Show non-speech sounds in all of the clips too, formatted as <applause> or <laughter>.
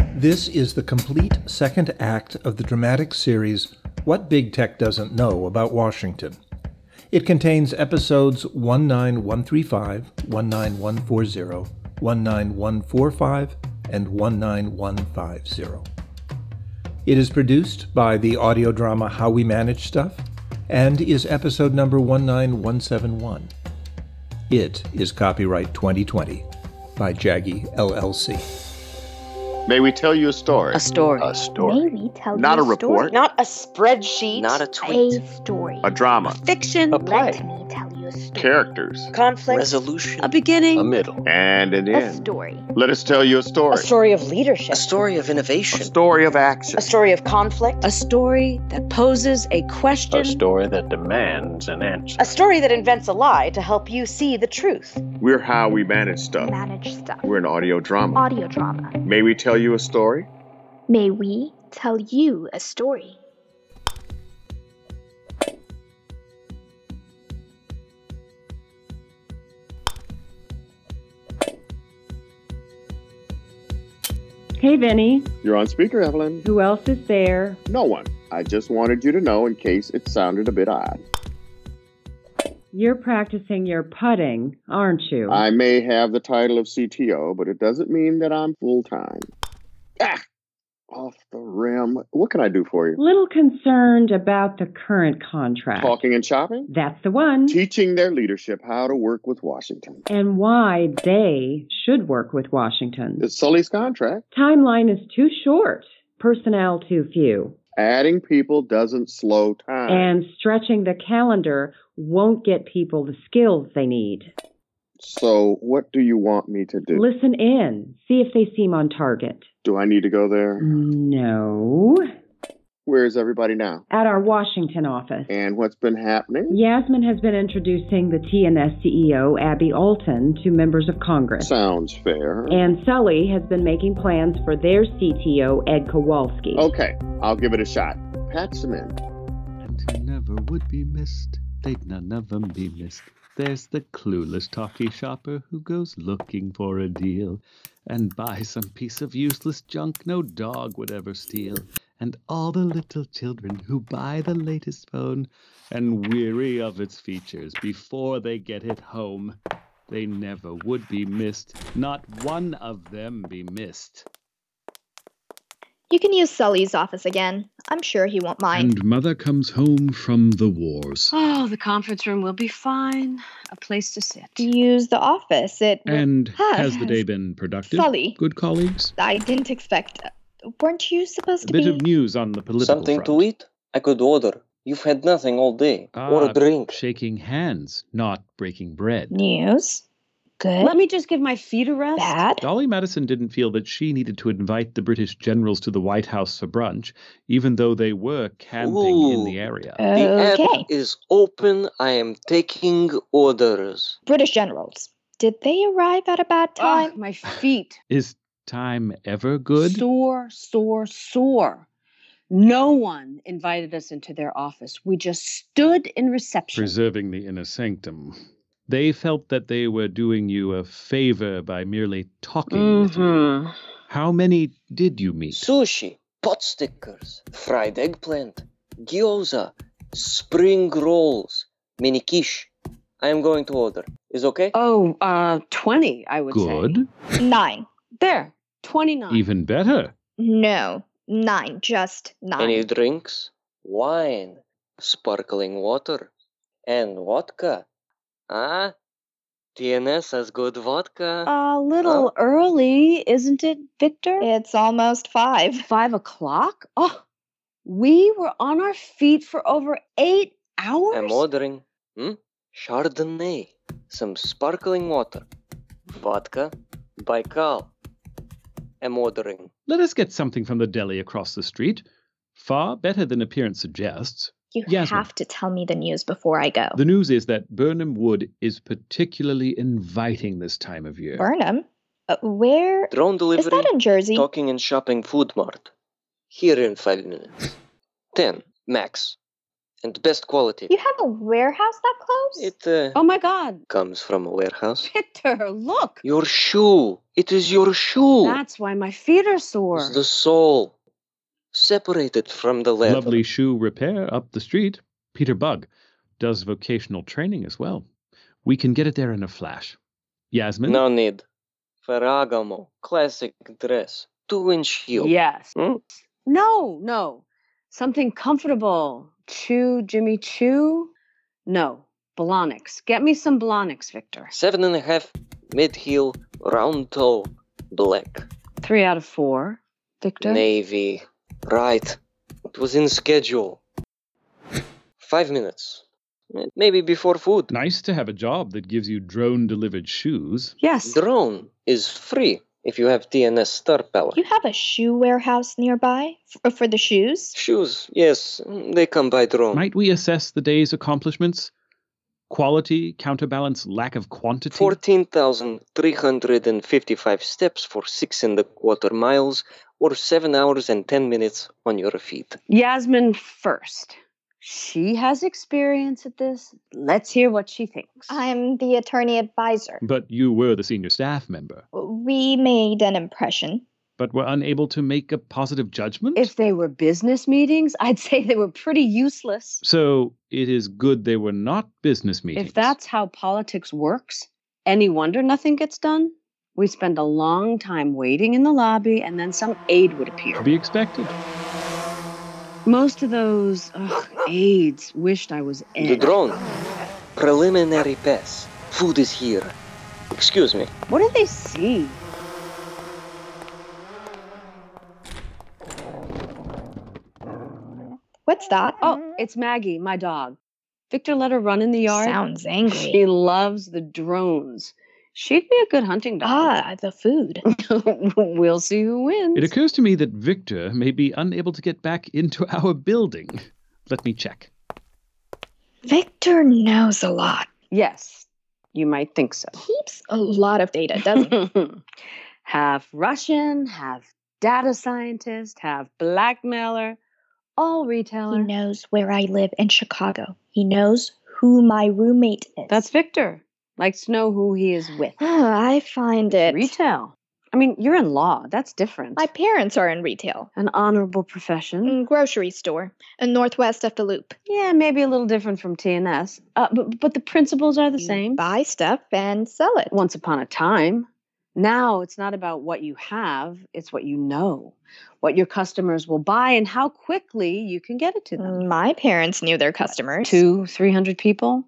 This is the complete second act of the dramatic series What Big Tech Doesn't Know About Washington. It contains episodes 19135, 19140, 19145, and 19150. It is produced by the audio drama How We Manage Stuff and is episode number 19171. It is copyright 2020 by Jaggy LLC. May we tell you a story? A story. A story. Maybe tell Not you a report. Story. Not a spreadsheet. Not a tweet. A story. A drama. fiction. A play. Let me tell you a story. Characters. conflict. resolution. a beginning. A middle. And an A end. story. Let us tell you a a story. story of leadership. A story of innovation. story of action. A story of conflict. A story that poses a question. A story that demands an answer. a story that invents a lie to help you see the truth. We're how we manage stuff. Manage stuff. We're an audio drama. Audio drama. May we tell you a story? May we tell you a story? Hey, Vinny. You're on speaker, Evelyn. Who else is there? No one. I just wanted you to know in case it sounded a bit odd. You're practicing your putting, aren't you? I may have the title of CTO, but it doesn't mean that I'm full time. Ah! Off the rim. What can I do for you? Little concerned about the current contract. Talking and shopping? That's the one. Teaching their leadership how to work with Washington. and why they should work with Washington. It's Sully's contract. Timeline is too short, personnel too few, Adding people doesn't slow time. and stretching the calendar won't get people the skills they need. so, what do you want me to do? Listen in, see if they seem on target. do I need to go there? No. Where is everybody now? At our Washington office. And what's been happening? Yasmin has been introducing the TNS CEO, E Abby Alton, to members of Congress. Sounds fair. and Sully has been making plans for their CTO, Ed Kowalski. okay, I'll give it a shot. Patch them in. and who never would be missed. They'd none of 'em be missed. There's the clueless talkie shopper who goes looking for a deal and buys some piece of useless junk no dog would ever steal. And all the little children who buy the latest phone and weary of its features before they get it home. They never would be missed. Not one of them be missed. You can use Sully's office again. I'm sure he won't mind. And mother comes home from the wars. Oh, the conference room will be fine. A place to sit. Use the office. It. will- And Hi. has the day been productive? Sully. Good colleagues? I didn't expect. Weren't you supposed A to bit be? of news on the political Something to front. eat? I could order. You've had nothing all day. or Ah, a drink. Shaking hands, not breaking bread. News. Good. Let me just give my feet a rest. Bad. Dolly Madison didn't feel that she needed to invite the British generals to the White House for brunch, even though they were camping in Ooh. the area. The app Okay. is open. I am taking orders. British generals. Did they arrive at a bad Ugh, time? Ah, my feet. Is time ever good? Sore, sore, sore. No one invited us into their office. We just stood in reception. Preserving the inner sanctum. They felt that they were doing you a favor by merely talking with you. hmm How many did you meet? Mm-hmm. Sushi, pot stickers, fried eggplant, gyoza, spring rolls, mini quiche. I am going to order. Is okay? Oh, uh, 20, I would say. good? Nine. There, 29. Even better. No, nine. Just nine. Any drinks? Wine, sparkling water, and vodka. Ah, TNS has good vodka. Uh, A little early, isn't it, Victor? It's almost five. Five o'clock? Oh, we were on our feet for over eight hours. I'm ordering hmm? Chardonnay, some sparkling water, vodka, Baikal. I'm ordering. Let us get something from the deli across the street. Far better than appearance suggests. You Yasmin. have to tell me the news before I go. The news is that Burnham Wood is particularly inviting this time of year. Burnham. Uh, where is Drone delivery, that in Jersey? talking and shopping food mart. Here in five minutes. Ten, max. and best quality. You have a warehouse that close? It uh, Oh my God, comes from a warehouse. Victor, look. Your shoe. It is your shoe. That's why my feet are sore. It's the sole separated from the leather. Lovely shoe repair up the street. Peter Bug does vocational training as well. We can get it there in a flash. Yasmin? No need. Ferragamo, classic dress, two inch heel. Yes. Hmm? No, no. Something comfortable. Chew, Jimmy Chew. No, Blonix. Get me some Blonix, Victor. Seven and a half, mid heel, round toe, black, Three out of four, Victor. navy. Right. It was in schedule. Five minutes. Eh, Maybe before food. Nice to have a job that gives you drone delivered shoes. Yes. Drone is free if you have TNS star power. You have a shoe warehouse nearby F- uh, for the shoes? Shoes, yes, mm, they come by Mm-hmm. drone. Might we assess the day's accomplishments? Quality, counterbalance, lack of quantity? 14,355 steps for six and a quarter miles or seven hours and 10 minutes on your feet. Yasmin first. She has experience at this. Let's hear what she thinks. I'm the attorney advisor. But you were the senior staff member, We made an impression. but were unable to make a positive judgment? if they were business meetings, I'd <laughs> say they were pretty useless. So it is good they were not business meetings. If that's how politics works, any wonder nothing gets done? We spend a long time waiting in the lobby and then some aide would appear. to be expected. Most of those ugh, aides wished I was The in. drone. Preliminary pass. Food is here. Excuse me. What do they see? What's that? Oh, it's Maggie, my dog. Victor let her run in the yard. sounds angry. She loves the drones. She'd be a good hunting dog. Ah, the food. <laughs> we'll see who wins. It occurs to me that Victor may be unable to get back into <laughs> our building. Let me check. Victor knows a lot. yes, you might think so. Keeps a lot of data, doesn't it? <laughs> half Russian, half data scientist, half blackmailer, all He retailer. knows where I live in Chicago. He knows who my roommate is. That's Victor. Likes to know who he is with. Ah, <sighs> I find it. Retail. I mean, you're in law. That's different. My parents are in retail. An honorable profession. Mm, Grocery store. uh, Northwest of the Loop. Yeah, maybe a little different from TNS, uh, but, but the principles are the You same. Buy stuff and sell it. Once upon a time. Now it's not about what you have, it's what you know, what your customers will buy, and how quickly you can get it to them. My parents knew their customers. two, three hundred people.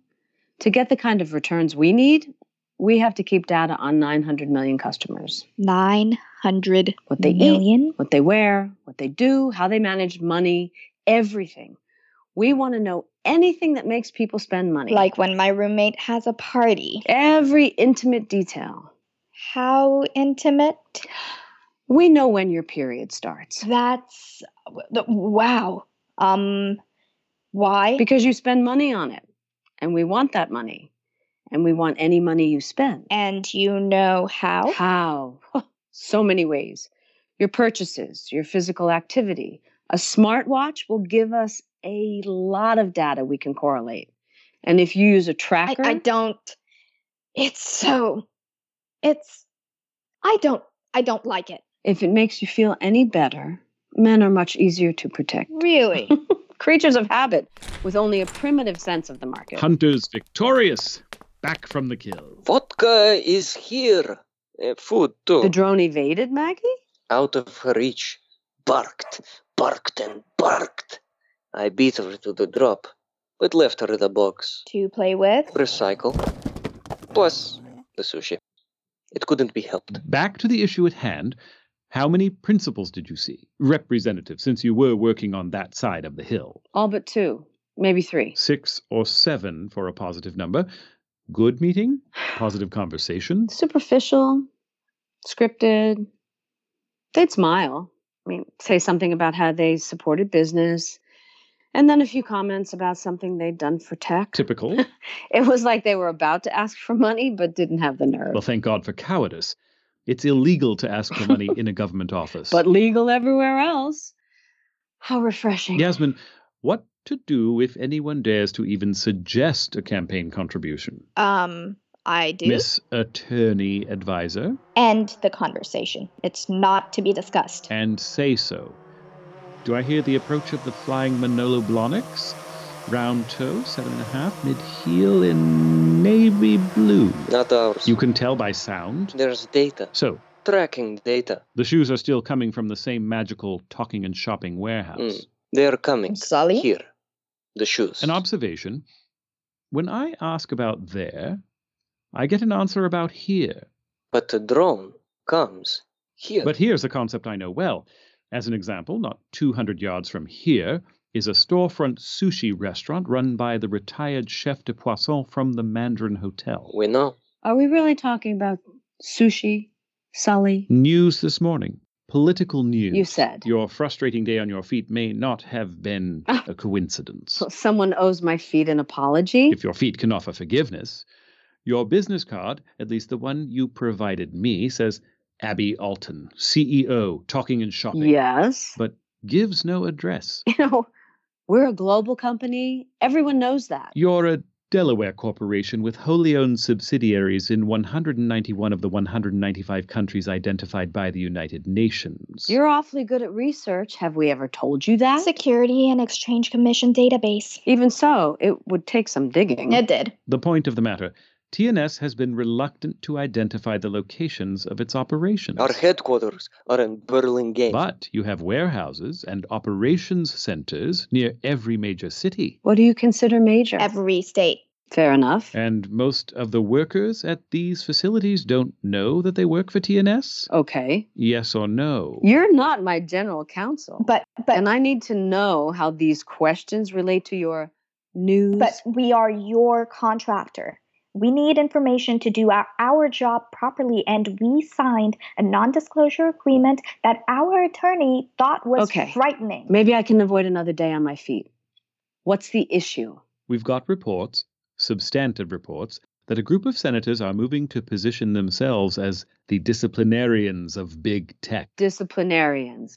To get the kind of returns we need, we have to keep data on nine hundred million customers. Nine hundred What they eat, million. what they wear, what they do, how they manage money, everything. We want to know anything that makes people spend money. Like when my roommate has a party. every intimate detail. How intimate? We know when your period starts. That's th- wow. Um, why? Because you spend money on it. And we want that money. And we want any money you spend. and you know how? How? <laughs> So many ways. Your purchases, your physical activity. A smartwatch will give us a lot of data we can correlate. And if you use I, a tracker, I don't. It's so. It's. I don't. I don't like it. if it makes you feel any better, men are much easier to protect. <laughs> Really. Creatures of habit with only a primitive sense of the market. Hunters victorious, back from the kill. Vodka is here. Uh, food too. the drone evaded Maggie? Out of her reach. Barked, barked, and barked. I beat her to the drop, but left her the box. to play with. Recycle. Plus the sushi. It couldn't be helped. Back to the issue at hand. How many principals did you see? Representatives, since you were working on that side of the hill. All but two, maybe three. Six or seven for a positive number. <sighs> Good meeting, positive conversation. Superficial, scripted. They'd smile. I mean, say something about how they supported business, and then a few comments about something they'd done for tech. Typical. <laughs> It was like they were about to ask for money, but didn't have the nerve. Well, thank God for cowardice. It's illegal to ask for money in <laughs> a government office. but legal everywhere else. How refreshing. Yasmin, what to do if anyone dares to even suggest a campaign contribution? Um, I do. Miss Attorney Advisor, End the conversation. It's not to be discussed. and say so. Do I hear the approach of the flying Manolo Blahniks? Round toe, seven and a half, mid heel in navy blue. Not ours. You can tell by sound. There's data. So, Tracking data. the shoes are still coming from the same magical talking and shopping warehouse. Mm. They are coming. Sully? Here. The shoes. An observation. When I ask about there, I get an answer about here. but the drone comes here. But here's a concept I know well. As an example, not 200 yards from here is a storefront sushi restaurant run by the retired chef de poisson from the Mandarin Hotel. we know. Are we really talking about sushi, Sully? News this morning. Political news. You said. Your frustrating day on your feet may not have been Ah. a coincidence. So Someone owes my feet an apology. if your feet can offer forgiveness. Your business card, at least the one you provided me, says Abby Alton, CEO, talking and shopping. yes. But gives no address. <laughs> you know, we're a global company. Everyone knows that. You're a Delaware corporation with wholly owned subsidiaries in 191 of the 195 countries identified by the United Nations. You're awfully good at research. Have we ever told you that? Security and Exchange Commission database. Even so, it would take some digging. It did. the point of the matter TNS has been reluctant to identify the locations of its operations. Our headquarters are in Burlingame. But you have warehouses and operations centers near every major city. What do you consider major? Every state. Fair enough. And most of the workers at these facilities don't know that they work for TNS? okay. Yes or no? You're not my general counsel. But but and I need to know how these questions relate to your news. but we are your contractor. We need information to do our, our job properly, and we signed a non disclosure agreement that our attorney thought was Okay. frightening. maybe I can avoid another day on my feet. What's the issue? We've got reports, substantive reports, that a group of senators are moving to position themselves as the disciplinarians of big tech. Disciplinarians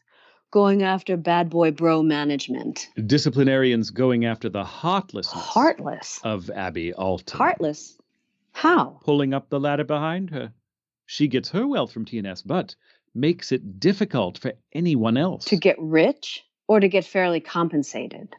going after bad boy bro management. disciplinarians going after the heartlessness Heartless. of Abby Alton. Heartless. How? Pulling up the ladder behind her. She gets her wealth from TNS, but makes it difficult for anyone else. To get rich or to get fairly compensated?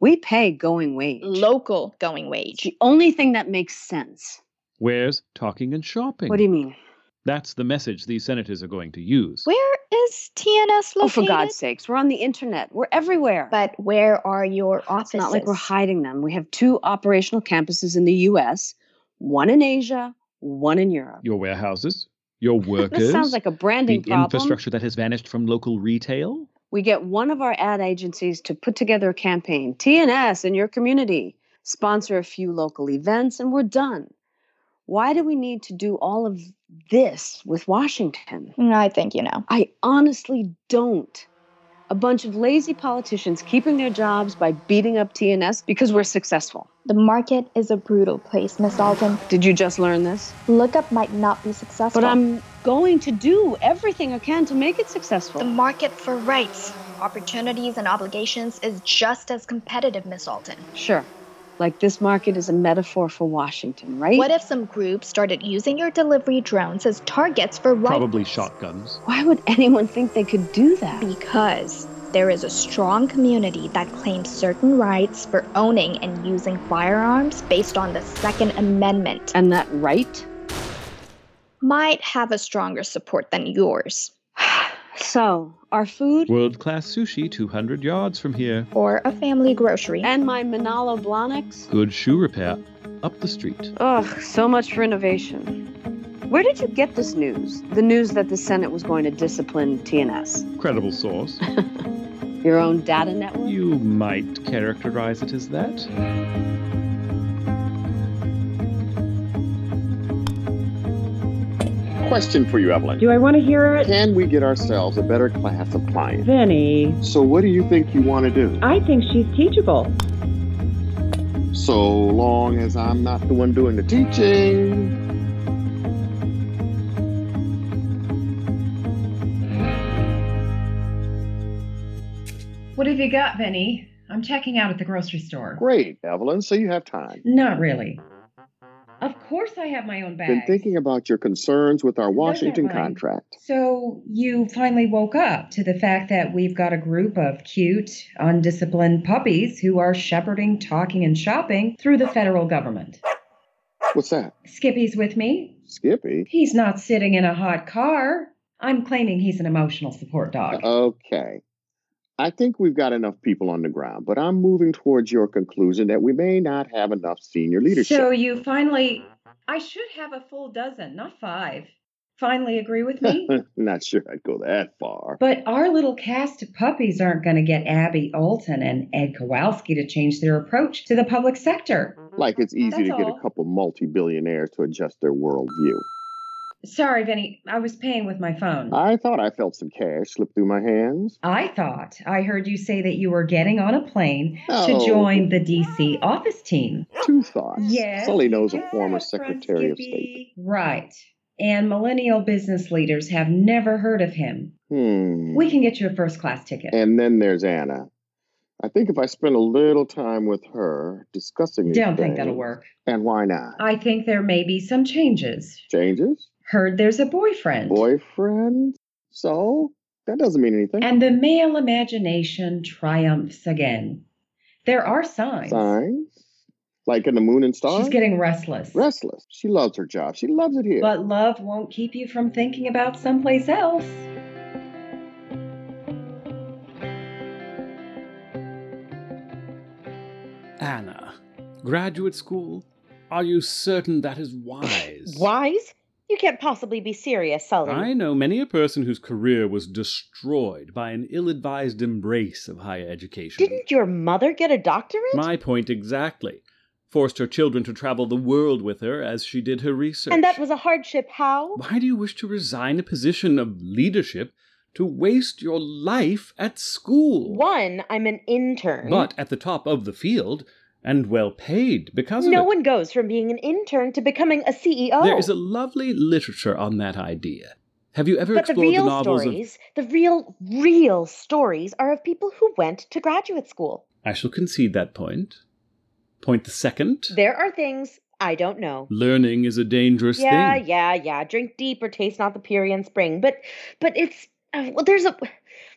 We pay going wage. Local going It's wage. the only thing that makes sense. Where's talking and shopping? What do you mean? That's the message these senators are going to use. Where is TNS located? Oh, for God's sakes, we're on the internet. We're everywhere. But where are your It's offices? not like we're hiding them. We have two operational campuses in the US, one in Asia, one in Europe. Your warehouses, your <laughs> workers. This sounds like a branding the problem. infrastructure that has vanished from local retail. We get one of our ad agencies to put together a campaign, TNS in your community, sponsor a few local events, and we're done. Why do we need to do all of this with Washington? Mm, I think you know. I honestly don't. A bunch of lazy politicians keeping their jobs by beating up TNS because we're successful. The market is a brutal place, Miss Alton. Did you just learn this? Lookup might not be successful. But I'm going to do everything I can to make it The successful. market for rights, opportunities, and obligations is just as competitive, Miss Alton. Sure. Like this market is a metaphor for Washington, right? What if some group started using your delivery drones as targets for rifles? Probably shotguns. Why would anyone think they could do that? Because there is a strong community that claims certain rights for owning and using firearms based on the Second Amendment. And that right? Might have a stronger support than yours. <sighs> So, our food World class sushi 200 yards from here. Or a family grocery. and my Manalo Blahniks. Good shoe repair up the street. Ugh, so much for innovation. Where did you get this news? The news that the Senate was going to discipline TNS? Credible source. Your own data network? You might characterize it as that. Question for you, Evelyn. Do I want to hear it? Can we get ourselves a better class of clients? Vinny, So, what do you think you want to do? I think she's teachable. So long as I'm not the one doing the teaching. What have you got, Vinny? I'm checking out at the grocery store. Great, Evelyn. So you have time. Not really. Of course, I have my own bag. Been thinking about your concerns with our Washington mine. contract. So you finally woke up to the fact that we've got a group of cute, undisciplined puppies who are shepherding, talking, and shopping through the federal government. What's that? Skippy's with me. Skippy? He's not sitting in a hot car. I'm claiming he's an emotional support dog. Okay. I think we've got enough people on the ground, but I'm moving towards your conclusion that we may not have enough senior leadership. So you finally, I should have a full dozen, not five. Finally agree with <laughs> me? not sure I'd go that far. But our little cast of puppies aren't going to get Abby Alton and Ed Kowalski to change their approach to the public sector. like it's easy to That's get all. a couple multi billionaires to adjust their worldview. Sorry, Vinny, I was paying with my phone. I thought I felt some cash slip through my hands. I thought I heard you say that you were getting on a plane No. to join the DC office team. Two thoughts. Yes. Sully knows a Yes, former from Secretary of State. Skippy. Right. And millennial business leaders have never heard of him. Hmm. We can get you a first class ticket. And then there's Anna. I think if I spend a little time with her discussing these Don't think that'll things- work. And why not? I think there may be some changes. Changes? Heard there's a boyfriend. Boyfriend? So? That doesn't mean anything. And the male imagination triumphs again. There are signs. Signs? Like in the moon and stars? She's getting restless. restless. She loves her job. She loves it here. But love won't keep you from thinking about someplace else. Anna, graduate school? Are you certain that <laughs> is wise? Wise? You can't possibly be serious, Sully. I know many a person whose career was destroyed by an ill advised embrace of higher education. Didn't your mother get a doctorate? My point exactly. Forced her children to travel the world with her as she did her research. and that was a hardship. How? Why do you wish to resign a position of leadership to waste your life at school? One, I'm an intern. But at the top of the field and well paid because of no it. one goes from being an intern to becoming a E CEO. There is a lovely literature on that idea. Have you ever but the explored real novels of. stories, the real, real stories are of people who went to graduate school. I shall concede that point. Point the second There are things I don't know. learning is a dangerous Yeah, thing. yeah, yeah. Drink deep or taste not the Pyrian spring. But, but it's uh, well. There's a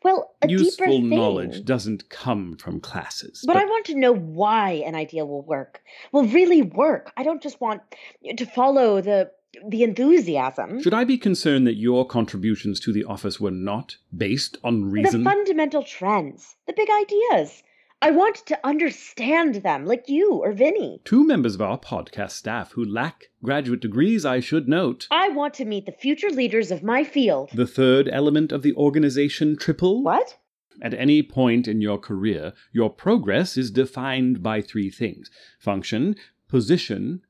well a deeper Useful thing. knowledge doesn't come from classes. But I want to know why an idea will work, will really work. I don't just want to follow the the enthusiasm. Should I be concerned that your contributions to the office were not based on reason? The fundamental trends, the big ideas. I want to understand them, like you or Vinny. Two members of our podcast staff who lack graduate degrees, I should note. I want to meet the future leaders of my field. The third element of the organization triple. What? At any point in your career, your progress is defined by three things function, position,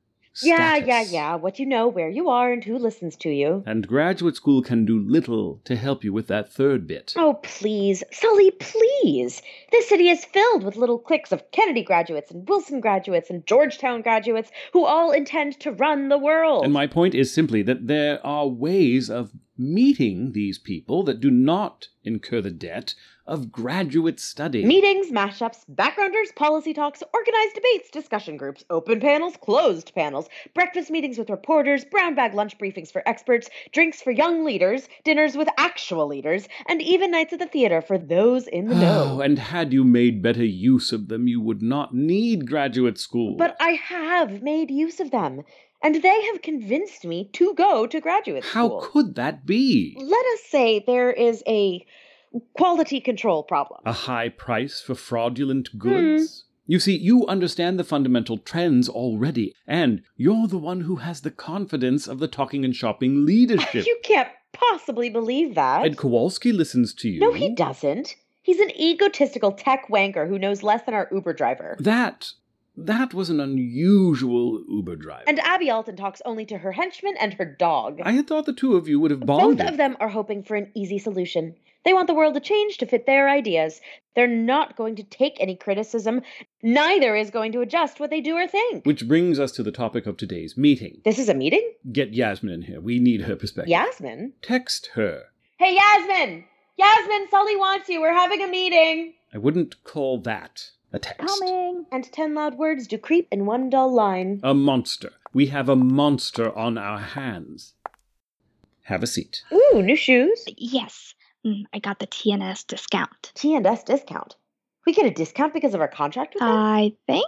Yeah, yeah, yeah. What you know, where you are, and who listens to you. and graduate school can do little to help you with that third bit. Oh, please, Sully, please. This city is filled with little cliques of Kennedy graduates and Wilson graduates and Georgetown graduates who all intend to run the world. And my point is simply that there are ways of meeting these people that do not incur the debt of graduate study. Meetings, mashups, backgrounders, policy talks, organized debates, discussion groups, open panels, closed panels, breakfast meetings with reporters, brown bag lunch briefings for experts, drinks for young leaders, dinners with actual leaders, and even nights at the theater for those in the <gasps> know. <gasps> Oh, and had you made better use of them, you would not need graduate school. But I have made use of them, and they have convinced me to go to graduate How school. could that be? Let us say there is a quality control problem. A high price for Hmm. fraudulent goods? You see, you understand the fundamental trends already, and you're the one who has the confidence of the talking and shopping <laughs> leadership. You can't possibly believe that. Ed Kowalski listens to you. No, he doesn't. He's an egotistical tech wanker who knows less than our Uber driver. That that was an unusual Uber drive. And Abby Alton talks only to her henchman and her dog. I had thought the two of you would have Both bonded. of them are hoping for an easy solution. They want the world to change to fit their ideas. They're not going to take any criticism, neither is going to adjust what they do or think. Which brings us to the topic of today's meeting. This is a meeting? Get Yasmin in here. We need her perspective. Yasmin? Text her. Hey, Yasmin! Yasmin, Sully wants you. We're having a meeting. I wouldn't call that a text. Coming! And ten loud words do creep in one dull line. A monster. We have a monster on our hands. Have a seat. Ooh, new shoes. Yes, Mm, I got the TNS discount. TNS discount. We get a discount because of our contract with them? I think.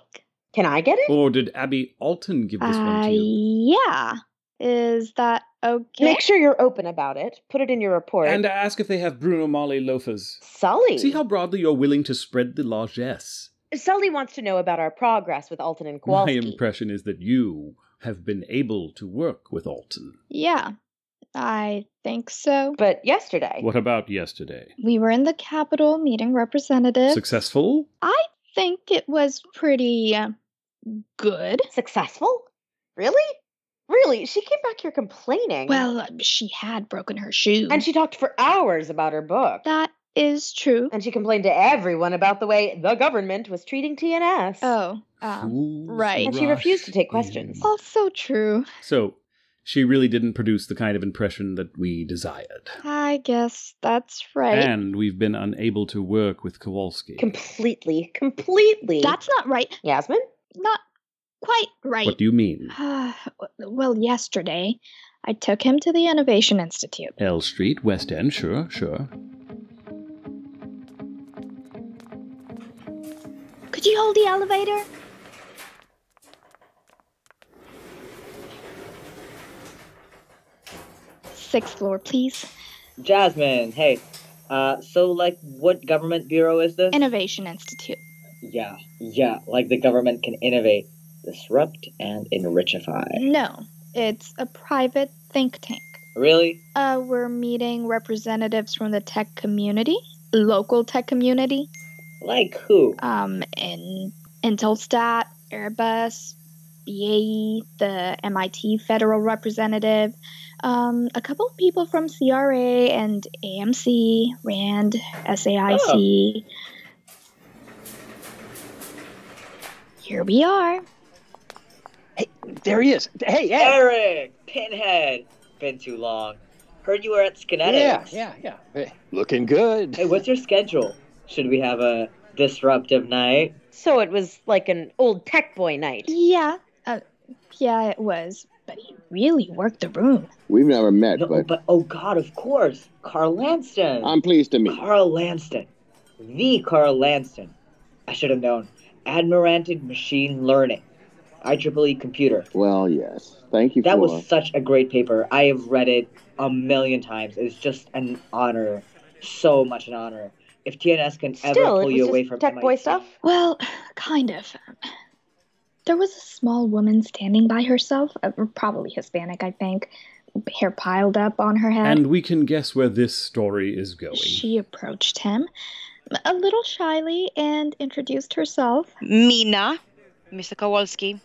Can I get it? Or did Abby Alton Oh, give this one Uh, to you? yeah. Is that okay? Make sure you're open about it. Put it in your report. And ask if they have Bruno Mali loafers. Sully. See how broadly you're willing to spread the largesse. Sully wants to know about our progress with Alton and My Kowalski. impression is that you have been able to work with Alton. Yeah, I think so. But yesterday, What about yesterday? we were in the Capitol meeting representatives. Successful? I think it was pretty uh, good. Successful? Really? Really? She came back here complaining. Well, uh, she had broken her shoe. and she talked for hours about her book. That is true. And she complained to everyone about the way the government was treating TNS. Oh, um, Fools right. And she rush refused to take in. questions. also true. So, she really didn't produce the kind of impression that we desired. I guess that's right. And we've been unable to work with Kowalski. Completely, completely. that's not right. Yasmin? Not quite right. What do you mean? <sighs> well, yesterday, I took him to the Innovation Institute. L Street, West End, sure, sure. Could you hold the elevator? Sixth floor, please. Jasmine, hey. Uh, so like, what government bureau is this? Innovation Institute. yeah, yeah. Like the government can innovate, disrupt, and enrichify. No, it's a private think tank. Really? Uh, we're meeting representatives from the tech community, local tech community, Like who? um, in Intelstat, Airbus, BAE, the MIT federal representative, um, a couple of people from CRA and AMC, RAND, SAIC. Oh. Here we are. There he is. Hey, Ed. Eric Pinhead. Been too long. Heard you were at Yeah, Skinetics. yeah, yeah. Hey, looking good. Hey, what's your schedule? Should we have a disruptive night? So it was like an old tech boy night. Yeah, uh, yeah, it was. But he really worked the room. We've never met, No, but but oh god, of course, Carl Lanston. I'm pleased to meet. Carl Lanston. The Carl Lanston. I should have known. Admiranted Machine Learning. IEEE Computer. Well, yes. Thank you That for was such a great paper. I have read it a million times. It's just an honor. So much an honor. If TNS can ever Still, it pull was you away just from tech MIT, boy stuff. Well, kind of. There was a small woman standing by herself, uh, probably Hispanic, I think, hair piled up on her head. And we can guess where this story is going. she approached him a little shyly and introduced herself. Mina, Mr. Kowalski.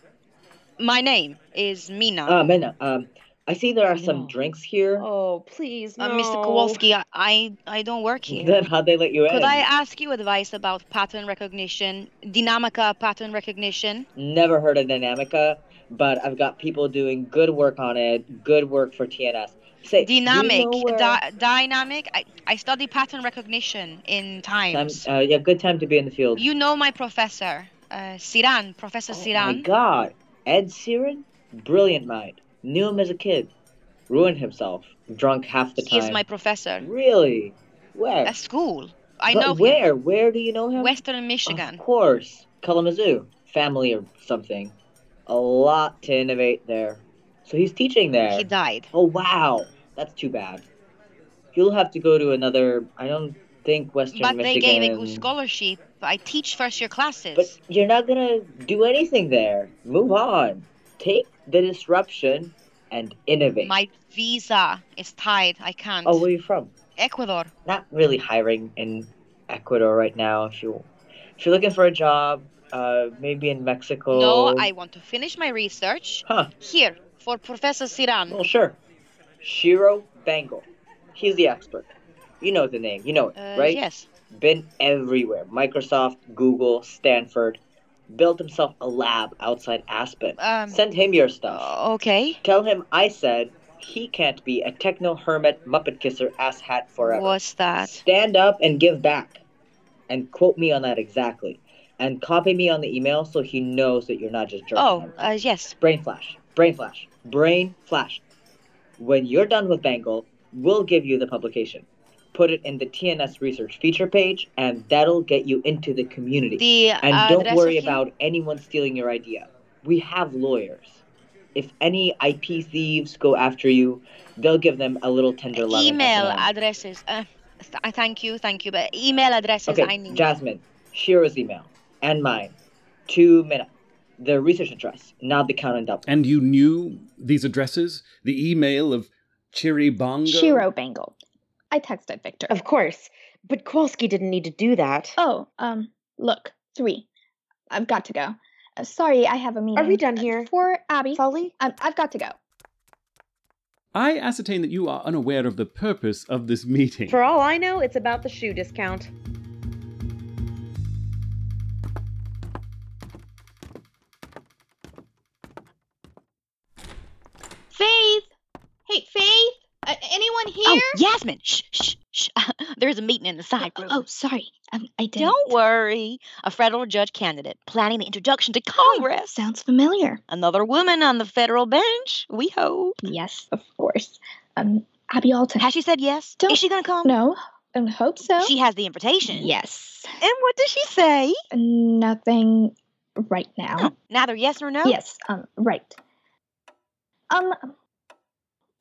My name is Mina. Uh, Mena, um, I see there are some drinks here. Oh, please, no. Uh, Mr. Kowalski, I, I I don't work <laughs> here. Then how'd they let you in? Could I ask you advice about pattern recognition, Dynamica pattern recognition? Never heard of Dynamica, but I've got people doing good work on it. Good work for TNS. Say do you know Dynamic, where- dy- dynamic. I, I study pattern recognition in Time, times. uh, yeah, good time to be in the field. You know my professor, uh, Siran, Professor Oh My Siran. God, Ed Sheeran, brilliant mind. Knew him as a kid. Ruined himself. Drunk half the He time. is my professor Really? Where? at school. I But know him. where? Where do you know him? Western Michigan. Of course, Kalamazoo, family or something. A lot to innovate there. So he's teaching there. He died. Oh wow, that's too bad. You'll have to go to another. I don't think Western But they Michigan. gave a good scholarship. I teach first year classes. But you're not gonna do anything there. Move on. Take the disruption and innovate. My visa is tied. I can't. oh, where are you from? Ecuador. Not really hiring in Ecuador right now. If you if you're looking for a job, uh, maybe in Mexico. No, I want to finish my research Huh. here for Professor Siran. Well, sure. Shiro Bangle. He's the expert. You know the name. You know it, Uh, right? Yes. Been everywhere. Microsoft, Google, Stanford. Built himself a lab outside Aspen. Um, Send him your stuff. okay. Tell him I said he can't be a techno hermit, muppet kisser, ass hat forever. What's that? Stand up and give back. And quote me on that exactly. and copy me on the email so he knows that you're not just jerking. Oh, him. uh, yes. Brain flash. Brain flash. Brain flash. When you're done with Bangle, we'll give you the publication. Put it in the TNS research feature page, and that'll get you into the community. The, and uh, don't address worry of him- about anyone stealing your idea. We have lawyers. If any IP thieves go after you, they'll give them a little tender love. Email addresses. Uh, th- I thank you, thank you, but email addresses Okay, I need. Jasmine, Shira's email and mine to Minna, the research address, not the count and double. And you knew these addresses? The email of Chiribanga? Shiro Bangle. I texted Victor. Of course, but Kowalski didn't need to do that. Oh, um, look, three. I've got to go. Uh, sorry, I have a meeting. Are we done here? For Abby. Folly? Um, I've got to go. I ascertain that you are unaware of the purpose of this meeting. For all I know, it's about the shoe discount. Faith! Hey, Faith! Uh, anyone here? Oh, Yasmin! Shh, shh, shh. <laughs> There's a meeting in the side room. Oh, sorry. Um, I didn't. Don't worry. A federal judge candidate planning the introduction to Congress. sounds familiar. Another woman on the federal bench, we hope. Yes, of course. Um, Abby Alton. Has she said yes? Don't, Is she going to come? No, I hope so. She has the invitation. Yes. And what does she say? Oh. Nothing right now. Neither yes nor no? Yes, um, right. Um,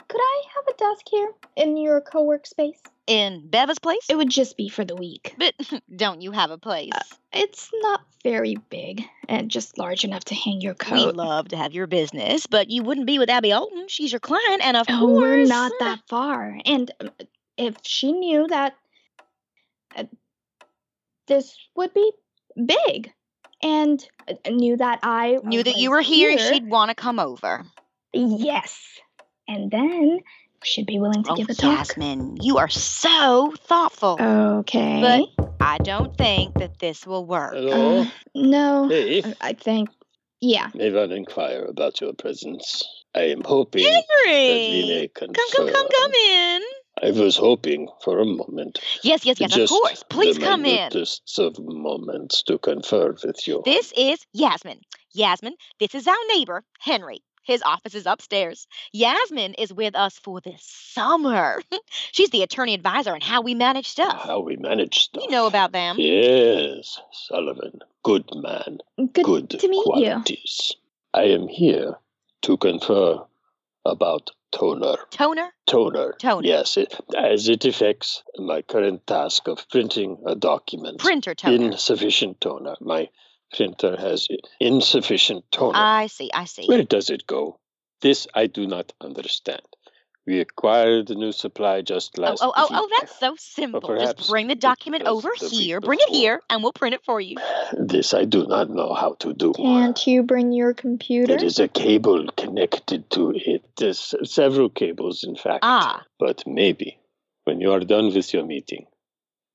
could I have a desk here in your co-work space? In Beva's place? It would just be for the week. Uh, But <laughs> don't you have a place? It's not very big and just large enough to hang your coat. we love to have your business, but you wouldn't be with Abby Alton. She's your client, and of Oh, course. we're not that far. And um, if she knew that uh, this would be big and uh, knew that I Knew that you was were here, she'd want to come over. Yes. And then she'd be willing to Oh, give a talk. Jasmine, you are so thoughtful. Okay. But I don't think that this will work. Hello? no. Faith? I- I think yeah. May I inquire about your presence? I am hoping that we Henry! may confer. Come, come, come, come in. I was hoping for a moment. Yes, yes, yes, of just course. Please the come in. minutest of moments to confer with you. This is Yasmin. Yasmin, this is our neighbor, Henry. His office is upstairs. Yasmin is with us for this summer. <laughs> She's the attorney advisor on how we manage stuff. How we manage stuff. You know about them. Yes, Sullivan, good man. Good, to meet you. qualities. I am here to confer about toner. Toner? Toner. Toner. Yes, it, as it affects my current task of printing a document. Printer toner. Insufficient toner. My printer has i- insufficient toner. I see, I see. Where does it go? This I do not understand. We acquired a new supply just Oh, last oh, oh, week. oh, that's so simple. perhaps Just bring the document was over the week here. Bring it here, and we'll print it for you. This I do not know how to do. Can't you bring your computer? There is a cable connected to it. There's several cables, in fact. Ah. But maybe when you are done with your meeting,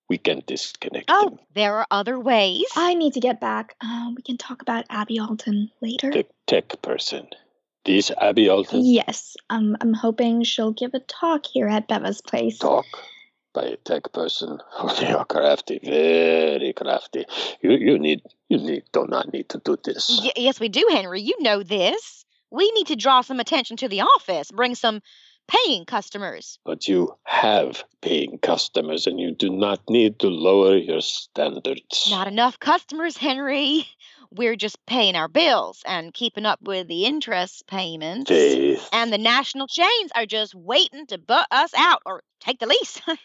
we can disconnect. Oh, there are other ways. I need to get back. Uh, we can talk about Abby Alton later. The tech person. This Abby Alton Yes, um, I'm hoping she'll give a talk here at Beva's place. Talk? by a tech person. <laughs> Oh, they are crafty, very crafty. You you need you need do not need to do this. Y- yes, we do, Henry. You know this. We need to draw some attention to the office, bring some paying customers. But you have paying customers and you do not need to lower your standards. Not enough customers, Henry. <laughs> We're just paying our bills and keeping up with the interest payments. Faith. And the national chains are just waiting to butt us out or take the lease. <laughs>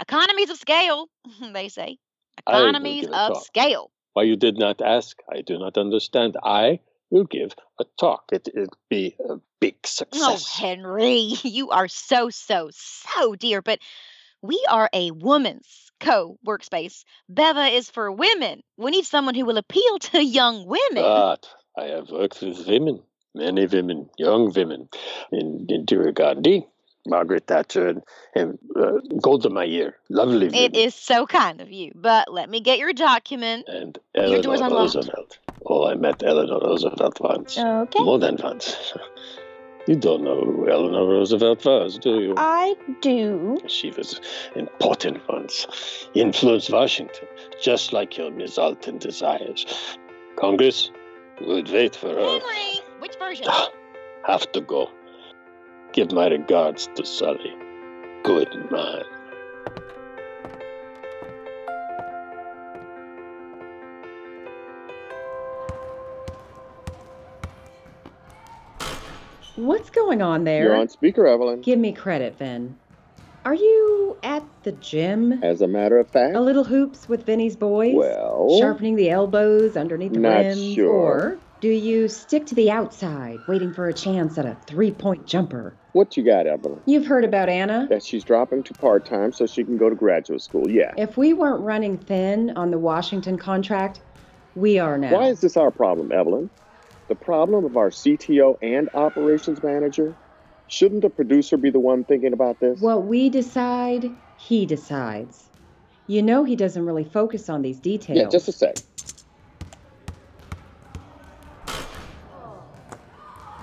Economies of scale, <laughs> they say. I will Economies give a of talk. scale. Why you did not ask, I do not understand. I will give a talk. It will be a big Oh, success. Henry, <laughs> you are so, so, so dear, but we are a woman's co workspace. Beva is for women. We need someone who will appeal to young women. But I have worked with women, many women, young women, in Indira Gandhi, Margaret Thatcher, and, and uh, Golda Meir. Lovely women. It is so kind of you, but let me get your document. And Your door's Eleanor unlocked. Roosevelt. Oh, I met Eleanor Roosevelt once. <laughs> Okay. More than once. You don't know who Eleanor Roosevelt was, do you? I do. She was important once. Influenced Washington, just like your resultant desires. Congress would wait for her. Henry, which version? Have to go. Give my regards to Sully. Good man. What's going on there? You're on speaker, Evelyn. Give me credit, then. Are you at the gym? As a matter of fact, A little hoops with Vinny's boys? Well- Sharpening the elbows underneath the Not rims? sure. Or do you stick to the outside, waiting for a chance at a three point jumper? what you got, Evelyn? You've heard about Anna. That she's dropping to part time so she can go to graduate school. Yeah. If we weren't running thin on the Washington contract, we are now. Why is this our problem, Evelyn? The problem of our CTO and operations manager? Shouldn't the producer be the one thinking about this? What we decide, he decides. You know he doesn't really focus on these details. Yeah, just a sec.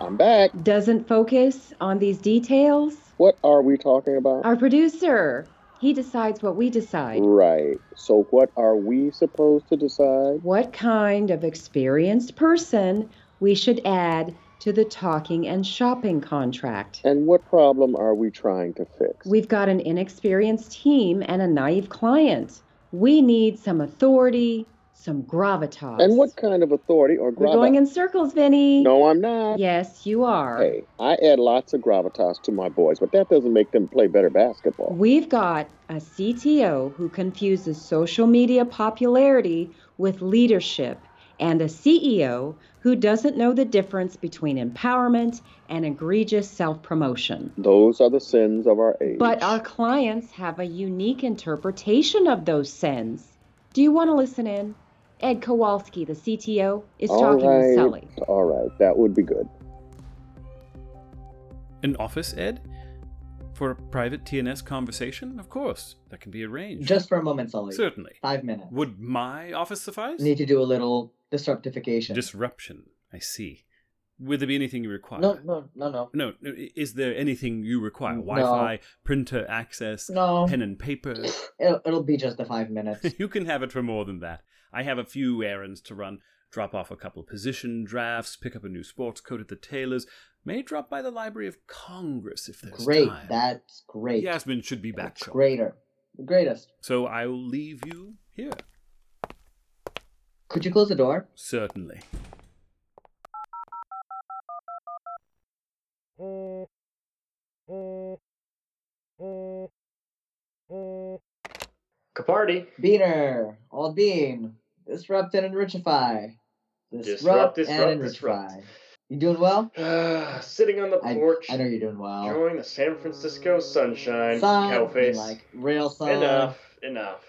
I'm back. Doesn't focus on these details. What are we talking about? Our producer, he decides what we decide. Right. So, what are we supposed to decide? What kind of experienced person we should add to the talking and shopping contract? And what problem are we trying to fix? We've got an inexperienced team and a naive client. We need some authority, some gravitas. And what kind of authority or We're gravitas? going in circles, Vinny. no, I'm not. Yes, you are. Hey, I add lots of gravitas to my boys, but that doesn't make them play better basketball. We've got a CTO who confuses social media popularity with leadership and a CEO who doesn't know the difference between empowerment and egregious self promotion. Those are the sins of our age. But our clients have a unique interpretation of those sins. Do you want to listen in? Ed Kowalski, the CTO, is All talking with right, Sully. All right, that would be good. An office, Ed? For a private TNS conversation? Of course. That can be arranged. Just for a moment, Sully. Certainly. Five minutes. Would my office suffice? Need to do a little disruptification. Disruption. I see. Would there be anything you require? no, no, no, no. No, no, i- is there anything you require? No. Wi-Fi, printer access, No. pen and paper? <laughs> It'll, it'll be just the five minutes. <laughs> you can have it for more than that. I have a few errands to run. Drop off a couple position drafts, pick up a new sports coat at the tailor's, may drop by the Library of Congress if there's Great. time. That's great. Yasmin should be back shortly. Greater. The greatest. So I will leave you here. Could you close the door? Certainly. Capardi. Beaner. All Bean. Disrupt and enrichify. Disrupt, Disrupt, disrupt, and disrupt. enrichify. You doing well? <sighs> Sitting on the I- porch, I, know you're doing well. enjoying the San Francisco sunshine. Sun, Cowface. like rail sun. Enough, enough.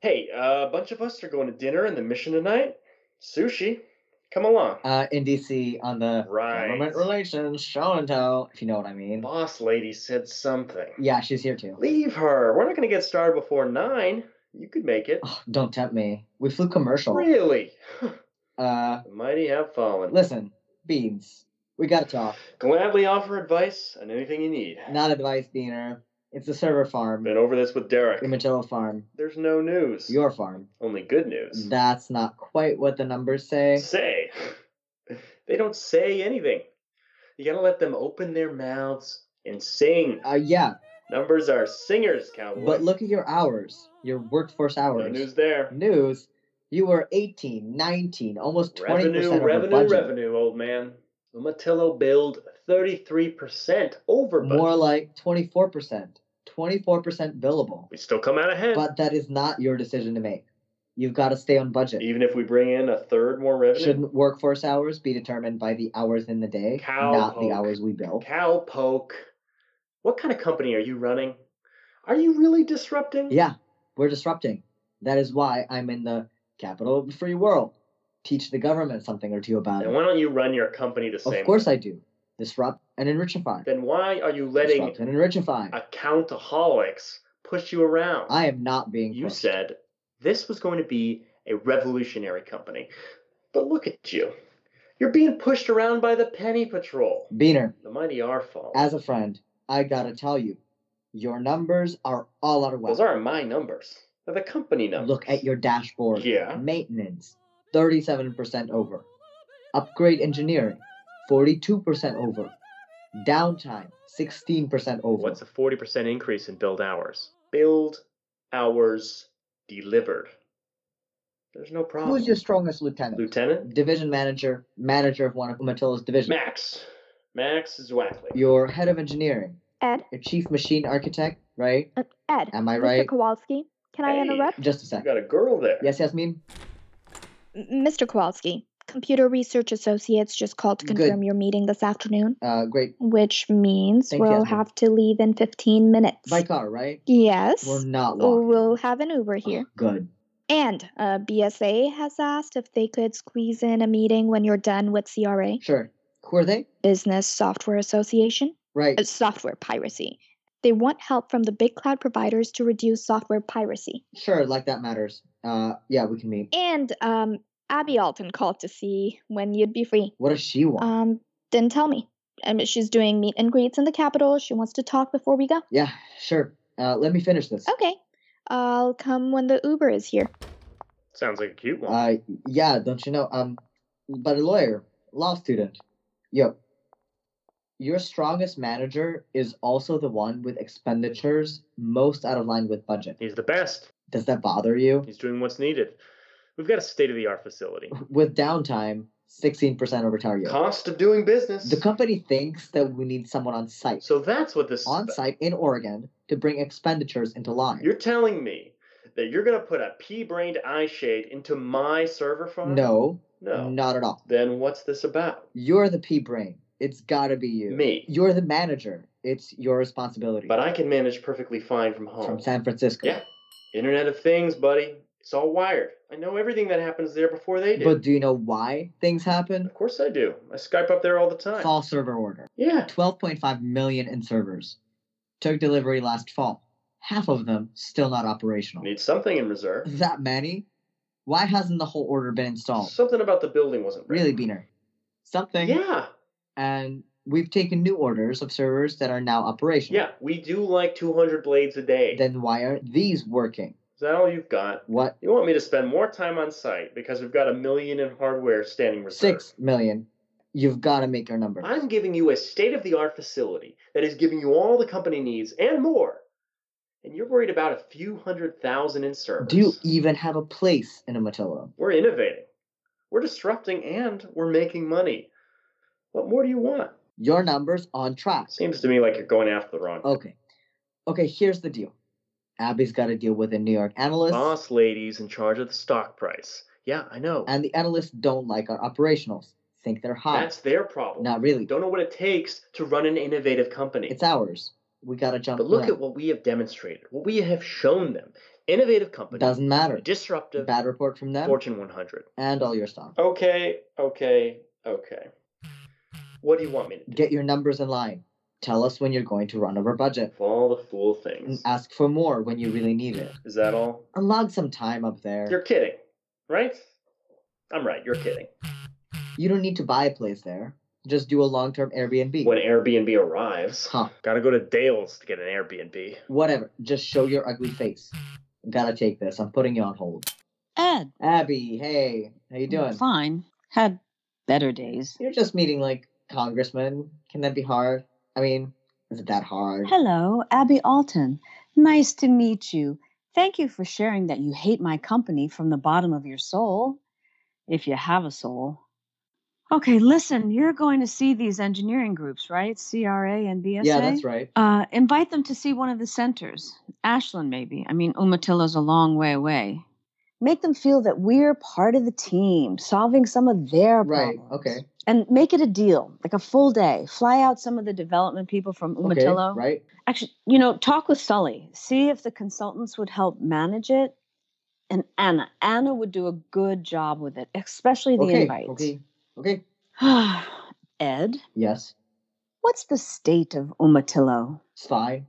Hey, uh, a bunch of us are going to dinner in the mission tonight. Sushi, come along. Uh, in DC on the Right. government relations show and tell, if you know what I mean. Boss lady said something. Yeah, she's here too. Leave her. We're not going to get started before nine. You could make it. Don't tempt me. We flew commercial. Really? <laughs> Uh, The mighty have fallen. listen, Beans, we gotta talk. Gladly offer advice on anything you need. Not advice, Beaner. It's the server farm, Been over this with Derek. Imagillo farm, There's no news. your farm. Only good news. That's not quite what the numbers say. say. They don't say anything. You gotta let them open their mouths and sing. Uh, yeah, Numbers are singers, cowboy. but look at your hours, your workforce hours. no news there. News, you were 18, 19, almost 20% Revenue, over revenue, budget. revenue, old man. Umatillo billed 33% over budget. More like 24%. 24% billable. we still come out ahead. But that is not your decision to make. You've got to stay on budget. Even if we bring in a third more revenue. Shouldn't workforce hours be determined by the hours in the day, not the Cowpoke. hours we bill? Cowpoke. What kind of company are you running? Are you really disrupting? Yeah, we're disrupting. That is why I'm in the capital of the free world. Teach the government something or two about Then it. why don't you run your company the same Of course way? I do. Disrupt and enrichify. Then why are you letting Disrupt and enrichify. accountaholics push you around? I am not being You pushed. said this was going to be a revolutionary company. But look at you. You're being pushed around by the Penny Patrol. Beaner, The mighty are fault. as a friend, I gotta tell you, your numbers are all out of whack. Those aren't my numbers. They're the company numbers. Look at your dashboard. Yeah. Maintenance, 37% over. Upgrade engineering, 42% over. Downtime, 16% over. What's a 40% increase in build hours? Build hours delivered. There's no problem. Who's your strongest lieutenant? Lieutenant? Division manager, manager of one of Matilla's divisions. Max. Max is Wackley. Your head of engineering. Ed? Uh, Your chief machine architect, right? Ed, Am I Mr. right? Kowalski, can I interrupt? Just a sec. You got a girl there. Yes, Yasmin? M- Mr. Kowalski, Computer Research Associates just called to Good. confirm your meeting this afternoon, Uh, great. which means Thank you, we'll Yasmin. have to leave in 15 minutes. By car, right? Yes. We're not walking. We'll have an Uber here. Good. And uh, BSA has asked if they could squeeze in a meeting when you're done with CRA. Sure. Who are they? Business Software Association. Right. Uh, software piracy. They want help from the big cloud providers to reduce software piracy. Sure, like that matters. Uh, yeah, we can meet. And um, Abby Alton called to see when you'd be free. What does she want? Um, didn't tell me. I mean, she's doing meet and greets in the capital. She wants to talk before we go. yeah, sure. Uh, let me finish this. Okay. I'll come when the Uber is here. Sounds like a cute one. Uh, yeah, don't you know? Um, but a lawyer, law student. Yo, your strongest manager is also the one with expenditures most out of line with budget. He's the best. Does that bother you? He's doing what's needed. We've got a state of the art <laughs> facility. With downtime, 16% over target. Cost of doing business. The company thinks that we need someone on site. So that's what this on site in Oregon to bring expenditures into line. You're telling me that you're going to put a pea brained eye shade into my server farm? No, No. not at all. Then what's this about? You're the P brain. It's gotta be you. Me. You're the manager. It's your responsibility. But I can manage perfectly fine from home. from San Francisco. Yeah. Internet of Things, buddy. It's all wired. I know everything that happens there before they do. But do you know why things happen? of course I do. I Skype up there all the time. Fall server order. Yeah. 12.5 million in servers. Took delivery last fall. Half of them still not operational. Need something in reserve. That many? Why hasn't the whole order been installed? Something about the building wasn't ready. Really, Beaner. Something. Yeah. And we've taken new orders of servers that are now operational. Yeah. We do like 200 blades a day. Then why aren't these working? Is that all you've got? What? You want me to spend more time on site because we've got a million in hardware standing reserve. Six million. You've got to make your number. I'm giving you a state of the art facility that is giving you all the company needs and more. And you're worried about a few hundred thousand in servers. Do you even have a place in a Matillo? We're innovating. We're disrupting and we're making money. What more do you want? Your number's on track. Seems to me like you're going after the wrong Okay. Okay, here's the deal. Abby's got to deal with a New York analyst, boss ladies in charge of the stock price. Yeah, I know. and the analysts don't like our operationals. Think they're hot. That's their problem. Not really. Don't know what it takes to run an innovative company. It's ours. We got to jump But look in. at what we have demonstrated, what we have shown them. Innovative company, Doesn't matter. disruptive, Bad report from them Fortune 100. and all your stuff. Okay, okay, okay. What do you want me to do? Get your numbers in line. Tell us when you're going to run over budget. Of all the fool And things. ask for more when you really need it. Is that all? Unlock some time up there. You're kidding, right? I'm right, you're kidding. You don't need to buy a place there. Just do a long term Airbnb. When Airbnb arrives, Huh. gotta go to Dale's to get an Airbnb. Whatever. Just show your ugly face. Gotta take this. I'm putting you on hold. Ed, Abby, hey, how you doing? fine. Had better days. You're just meeting like congressmen. Can that be hard? I mean, is it that hard? Hello, Abby Alton. Nice to meet you. Thank you for sharing that you hate my company from the bottom of your soul, if you have a soul. Okay, listen, you're going to see these engineering groups, right? CRA and BSA? Yeah, that's right. Uh, invite them to see one of the centers. Ashland, maybe. I mean, Umatillo's a long way away. Make them feel that we're part of the team, solving some of their Right. problems. Okay. And make it a deal, like a full day. Fly out some of the development people from Okay. Umatillo. Right. Actually, you know, talk with Sully. See if the consultants would help manage it. And Anna. Anna would do a good job with it, especially the Okay. invites. Okay. Okay. <sighs> Ed, Yes. what's the state of Umatillo? It's fine.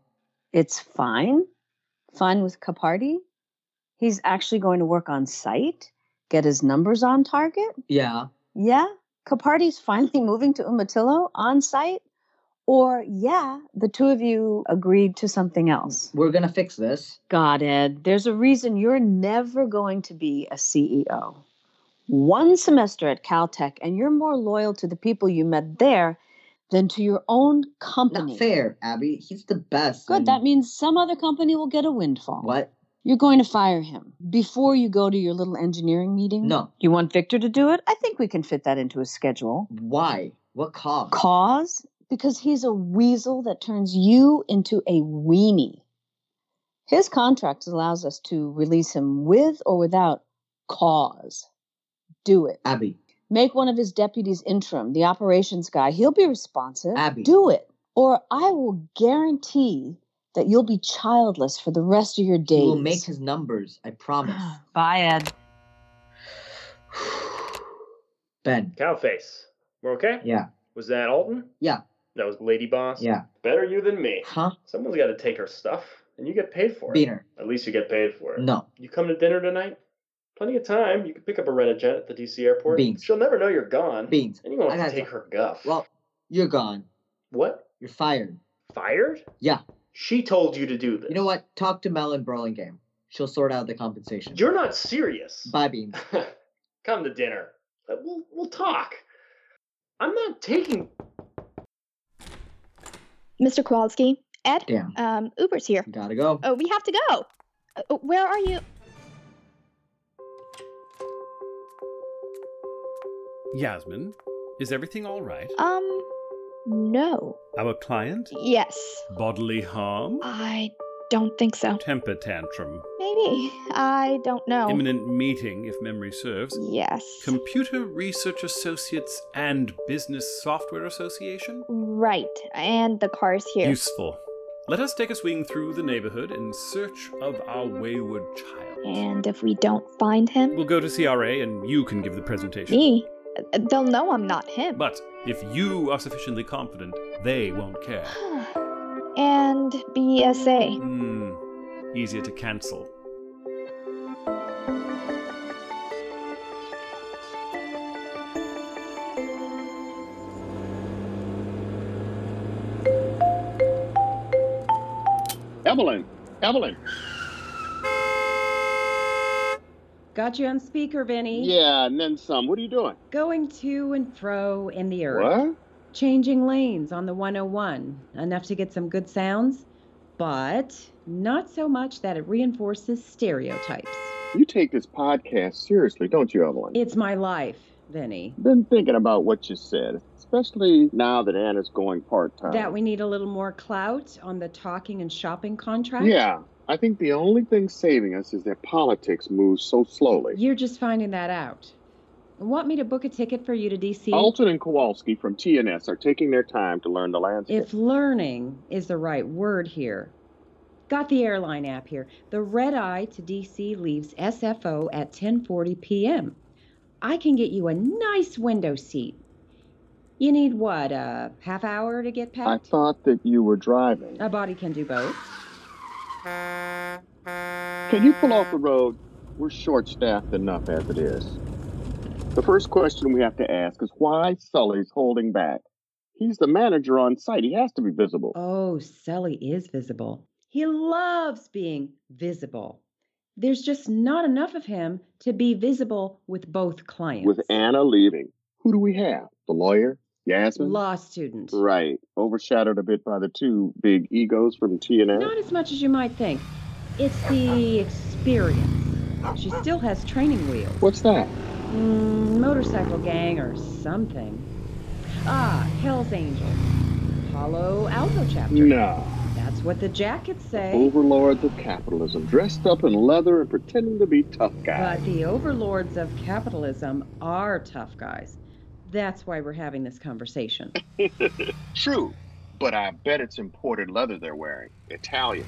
It's fine. Fine with Capardi. He's actually going to work on site, get his numbers on target. Yeah. Yeah, Capardi's finally <laughs> moving to Umatillo on site? Or, yeah, the two of you agreed to something else. We're going to fix this. God, Ed, there's a reason you're never going to be a CEO. One semester at Caltech, and you're more loyal to the people you met there than to your own company. Not fair, Abby. He's the best. Good. and- That means some other company will get a windfall. What? You're going to fire him before you go to your little engineering meeting? No. You want Victor to do it? I think we can fit that into his schedule. Why? What cause? Cause? Because he's a weasel that turns you into a weenie. His contract allows us to release him with or without cause. Do it. Abby, Make one of his deputies interim, the operations guy. He'll be responsive. Abby. Do it. Or I will guarantee that you'll be childless for the rest of your he days. will make his numbers. I promise. <gasps> <laughs> Bye, Ed. Ben. Cowface. We're okay? Yeah. Was that Alton? Yeah. That was Lady Boss? Yeah. Better you than me. Huh? Someone's got to take her stuff, and you get paid for it. Beaner. At least you get paid for it. No. You come to dinner tonight? Plenty of time. You can pick up a rent a jet at the DC airport. Beans. She'll never know you're gone. Beans. And you won't I have got to take her guff. Well, you're gone. What? You're fired. Fired? Yeah. She told you to do this. You know what? Talk to Mel and Burlingame. She'll sort out the compensation. You're not serious. Bye, <laughs> Beans. Come to dinner. Uh, We'll, we'll talk. I'm not taking. Mr. Kowalski, Ed, Damn. um, Uber's here. Gotta go. Oh, we have to go. Uh, where are you? Yasmin, is everything all right? Um, no. Our client? Yes, Bodily harm? I don't think so. Temper tantrum. Maybe. I don't know. Imminent meeting, if memory serves. Yes. Computer Research Associates and Business Software Association? Right, and the car's here. Useful. Let us take a swing through the neighborhood in search of our wayward child. and if we don't find him, We'll go to CRA and you can give the presentation. me, uh, they'll know I'm not him. <sighs> But if you are sufficiently confident, they won't care. and BSA. Hmm. Easier to cancel. Evelyn, Evelyn. Got you on speaker, Vinny. Yeah, and then some. What are you doing? Going to and fro in the earth. What? Changing lanes on the 101. Enough to get some good sounds, but not so much that it reinforces stereotypes. You take this podcast seriously, don't you, Evelyn? It's my life, Vinny. Been thinking about what you said, especially now that Anna's going part time. That we need a little more clout on the talking and shopping contract? Yeah, I think the only thing saving us is that politics moves so slowly. You're just finding that out. Want me to book a ticket for you to DC? Alton and Kowalski from TNS are taking their time to learn the landscape. If learning is the right word here. Got the airline app here. The red eye to DC leaves SFO at 10:40 p.m. I can get you a nice window seat. You need what, a half hour to get I packed? thought that you were driving. A body can do both. Can you pull off the road? We're short staffed enough as it is. The first question we have to ask is why Sully's holding back. He's the manager on site, he has to be visible. Oh, Sully is visible. He loves being visible. There's just not enough of him to be visible with both clients. With Anna leaving, who do we have? The lawyer? Yasmin? Law student. Right. Overshadowed a bit by the two big egos from TNS. Not as much as you might think. It's the experience. She still has training wheels. What's that? Mm, motorcycle gang or something. Ah, Hell's Angels. Hollow Alto chapter. No. That's what the jackets say. Overlords of capitalism, dressed up in leather and pretending to be tough guys. But the overlords of capitalism are tough guys. That's why we're having this <laughs> conversation. True, but I bet it's imported leather they're wearing. Italian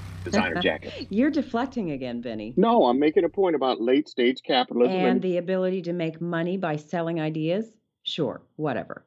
<laughs> designer jacket. You're deflecting again, Vinny. No, I'm making a point about late stage capitalism and, And the ability to make money by selling ideas? Sure, whatever.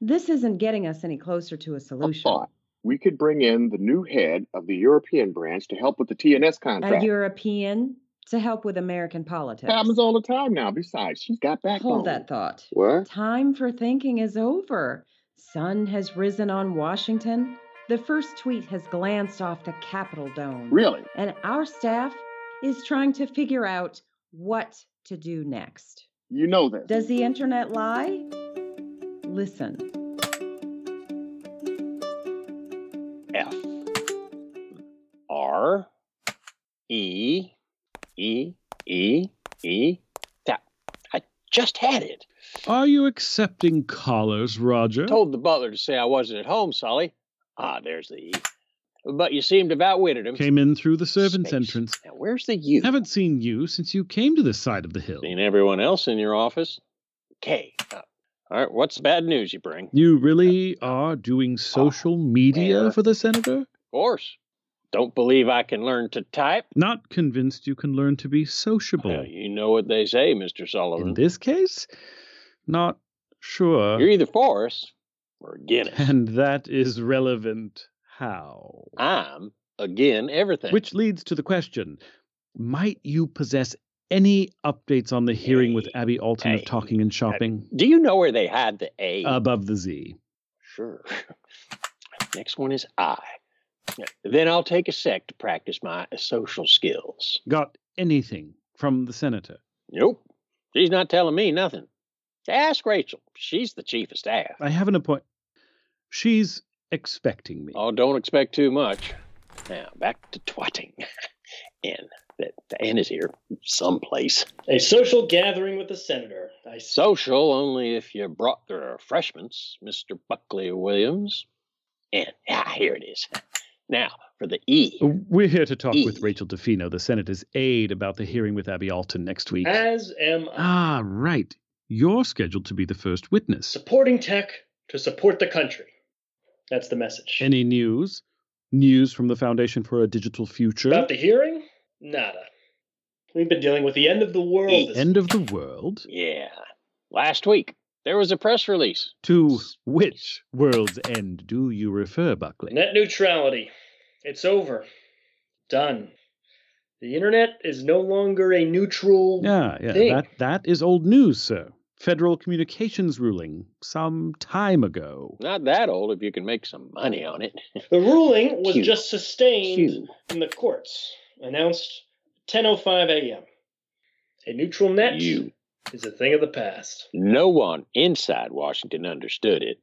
This isn't getting us any closer to a solution. thought. We could bring in the new head of the European branch to help with the TNS A contract. European? to help with American politics. Happens all the time now. Besides, she's got backbone. Hold that thought. What? Time for thinking is over. Sun has risen on Washington. The first tweet has glanced off the Capitol dome. Really? And our staff is trying to figure out what to do next. You know this. Does the internet lie? Listen. F R E E E E. That I just had it. Are you accepting callers, Roger? Told the butler to say I wasn't at home, Sully. Ah, there's the E. But you seem to have outwitted him. Came in through the servants' entrance. Now, where's the U? Haven't seen you since you came to this side of the hill. Seen everyone else in your office. K. Uh, all right, what's the bad news you bring? Of You really are Ah, doing social media there. for the senator? course. Don't believe I can learn to type. Not convinced you can learn to be sociable. You know what they say, Mr. Sullivan. In this case, not sure. You're either for us or against us. And that is relevant how? I'm again everything. Which leads to the question might you possess any updates on the hearing with Abby Alton of Talking and Shopping? Do you know where they hide the A? Above the Z. Sure. <laughs> Next one is I. Then I'll take a sec to practice my social skills. Got anything from the senator? Nope. She's not telling me nothing. Ask Rachel. She's the chief of staff. I have an appointment. She's expecting me. Oh, don't expect too much. Now, back to twatting. <laughs> N. That the N is here someplace. A social gathering with the senator. I s- Social only if you brought the refreshments, Mr. Buckley Williams. And ah, here it is. Now for the E. We're here to talk E. with Rachel DeFino, the senator's aide, about the hearing with Abby Alton next week. As am I. Ah, right. You're scheduled to be the first witness. Supporting tech to support the country. That's the message. Any news? News from the Foundation for a Digital Future? About the hearing? Nada. We've been dealing with the end of the world. E. this- End of the world? Yeah. Last week there was a press release. To which world's end do you refer, Buckley? Net neutrality. It's over. Done. The internet is no longer a neutral. Yeah, yeah. Thing. That that is old news, sir. Federal communications ruling some time ago. Not that old if you can make some money on it. <laughs> The ruling was Q. just sustained Q. in the courts, announced 10:05 a.m. A neutral net is a thing of the past. No one inside Washington understood it,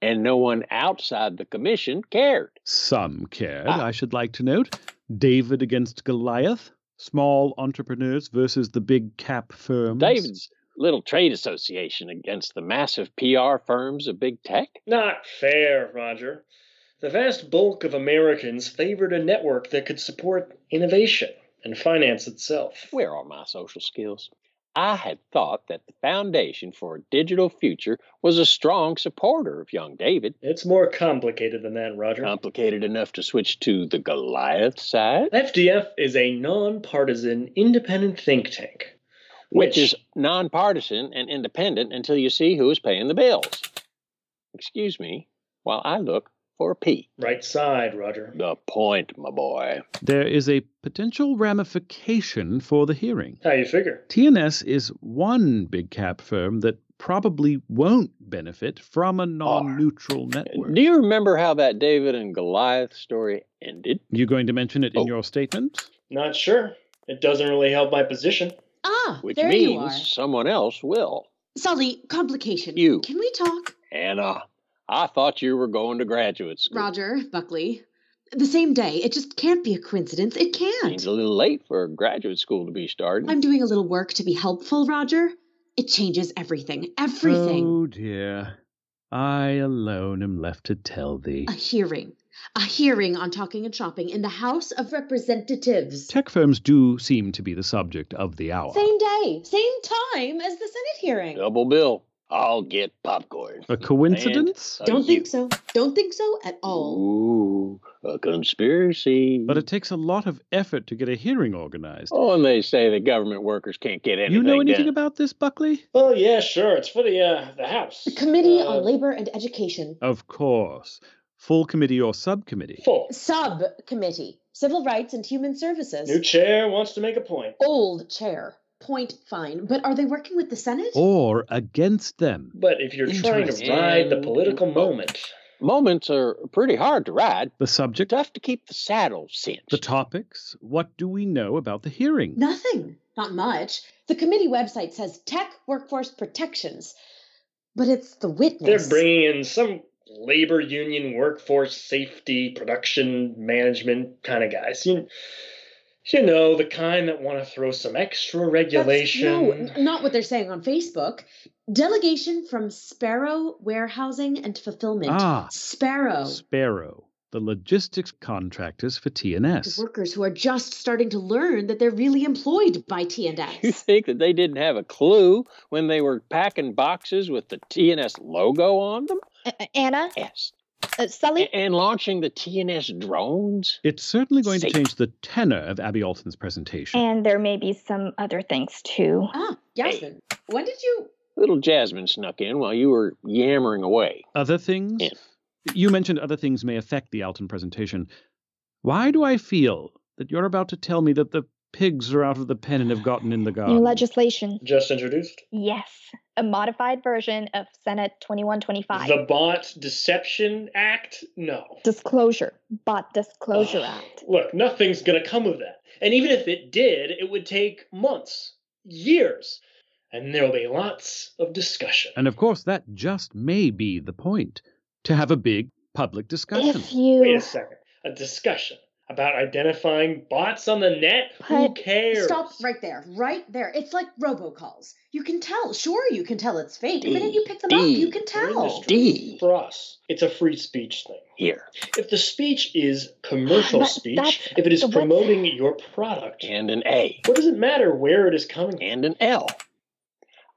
and no one outside the commission cared. Some cared, I should like to note. David against Goliath. Small entrepreneurs versus the big cap firms. David's little trade association against the massive PR firms of big tech. Not fair, Roger. The vast bulk of Americans favored a network that could support innovation and finance itself. Where are my social skills? I had thought that the Foundation for a Digital Future was a strong supporter of young David. It's more complicated than that, Roger. Complicated enough to switch to the Goliath side, FDF is a nonpartisan independent think tank. which is nonpartisan and independent until you see who is paying the bills. Excuse me while I look for a P. Right side, Roger. The point, my boy. There is a potential ramification for the hearing. How you figure? TNS is one big cap firm that probably won't benefit from a non neutral network. Uh, Do you remember how that David and Goliath story ended? Oh. You going to mention it in your statement? Not sure. It doesn't really help my position. Ah, Which there means you are. someone else will. Sully, complication. You. Can we talk? Anna, I thought you were going to graduate school. Roger, Buckley. The same day. It just can't be a coincidence. It can't. Seems a little late for graduate school to be starting. I'm doing a little work to be helpful, Roger. It changes everything. Everything. Oh dear. I alone am left to tell thee. A hearing. A hearing on talking and shopping in the House of Representatives. Tech firms do seem to be the subject of the hour. Same day, same time as the Senate hearing. Double bill. I'll get popcorn. A coincidence? And a Don't you- think so. Don't think so at all. Ooh, a conspiracy. But it takes a lot of effort to get a hearing organized. Oh, and they say that government workers can't get anything you know anything done. about this, Buckley? Oh yeah, sure. It's for the uh, the house. Committee on Labor and Education. Of course. Full committee or subcommittee? Full. Subcommittee, Civil Rights and Human Services. New chair wants to make a point. Old chair. Point fine. But are they working with the Senate? Or against them? But if you're trying to ride the political moment, Moments are pretty hard to ride. The subject? Tough to keep the saddle cinched. The topics? What do we know about the hearing? Nothing. Not much. The committee website says tech workforce protections. But it's the witness. they're bringing in some labor union, workforce safety, production management kind of guys. You, you know, the kind that want to throw some extra That's- regulation. No, n- not what they're saying on Facebook. Delegation from Sparrow Warehousing and Fulfillment. Ah. Oh. Sparrow. Sparrow, the logistics contractors for The TNS. workers who are just starting to learn that they're really employed by TNS. <laughs> You think that they didn't have a clue when they were packing boxes with the TNS logo on them? Anna? Yes. Uh, Sully? And launching the TNS drones? It's certainly going Safe. to change the tenor of Abby Alton's presentation. And there may be some other things too. Ah, Yasmin, when did you? Little Jasmine snuck in while you were yammering away. Other things? You mentioned other things may affect the Alton presentation. Why do I feel that you're about to tell me that the pigs are out of the pen and have gotten in the New garden? legislation. Just introduced. Yes, a modified version of Senate 2125. The Bot Deception Act? No. Disclosure, Bot Disclosure Act. Look, nothing's going to come of that. And even if it did, it would take months, years, and there'll be lots of discussion. And of course, that just may be the point to have a big public discussion. If you Wait a second. A discussion about identifying bots on the net? Who cares? Stop right there, right there. It's like robocalls. You can tell. Sure, you can tell it's fake. The minute you pick them up, you can tell. D. For us, it's a free speech thing. Here. If the speech is commercial But speech, that's if it is the- promoting your product, And an A. what does it matter where it is coming from? And an L.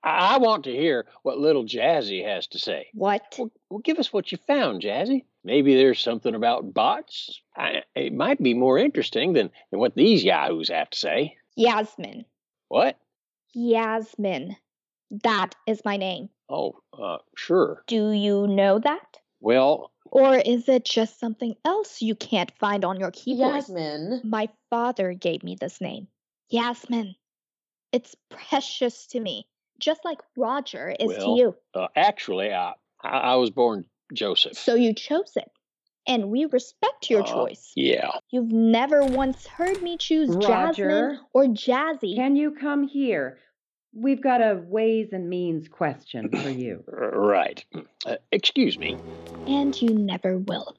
I I want to hear what little Jazzy has to say. What? Well, well, give us what you found, Jazzy. Maybe there's something about bots. I, it might be more interesting than, than what these yahoos have to say. Yasmin. What? Yasmin. That is my name. Oh, uh, sure. Do you know that? Well, Or is it just something else you can't find on your keyboard? Yasmin. My father gave me this name. Yasmin. It's precious to me, just like Roger is well, to you. Uh, actually, I, I I was born Joseph. So you chose it. And we respect your Uh, choice. Yeah. You've never once heard me choose Roger? Jasmine or Jazzy. Can you come here? We've got a ways and means question for you. R- Right. Uh, excuse me. And you never will.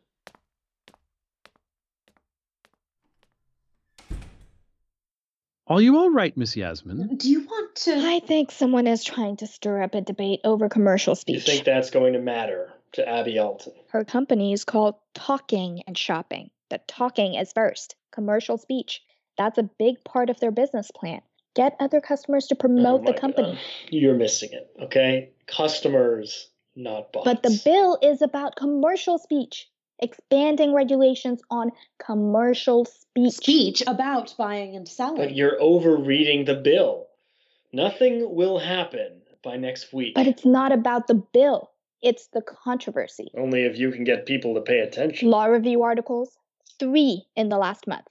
Are you all right, Miss Yasmin? Do you want to? I think someone is trying to stir up a debate over commercial You speech. think that's going to matter to Abby Alton? Her company is called Talking and Shopping. The talking is first, commercial speech. That's a big part of their business plan. Get other customers to promote the Oh my company. You're missing it, okay? Customers, not bots. But the bill is about commercial speech, expanding regulations on commercial speech. Speech about buying and But selling. you're overreading the bill. Nothing will happen by next week. But it's not about the bill, it's the controversy. Only if you can get people to pay attention. Law review articles, three in the last month.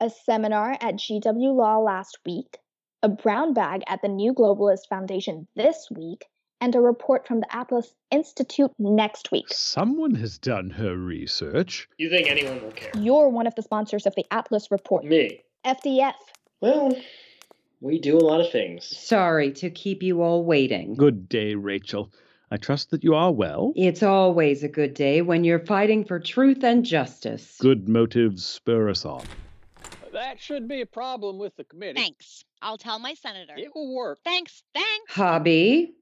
A seminar at GW Law last week, a brown bag at the New Globalist Foundation this week, and a report from the Atlas Institute next week. Someone has done her research. You think anyone will care? You're one of the sponsors of the Atlas report. Me. FDF. Well, we do a lot of things. Sorry to keep you all waiting. Good day, Rachel. I trust that you are well. It's always a good day when you're fighting for truth and justice. Good motives spur us on. That should be a problem with the committee. Thanks. I'll tell my senator. It will work. Thanks. Thanks. Hobby.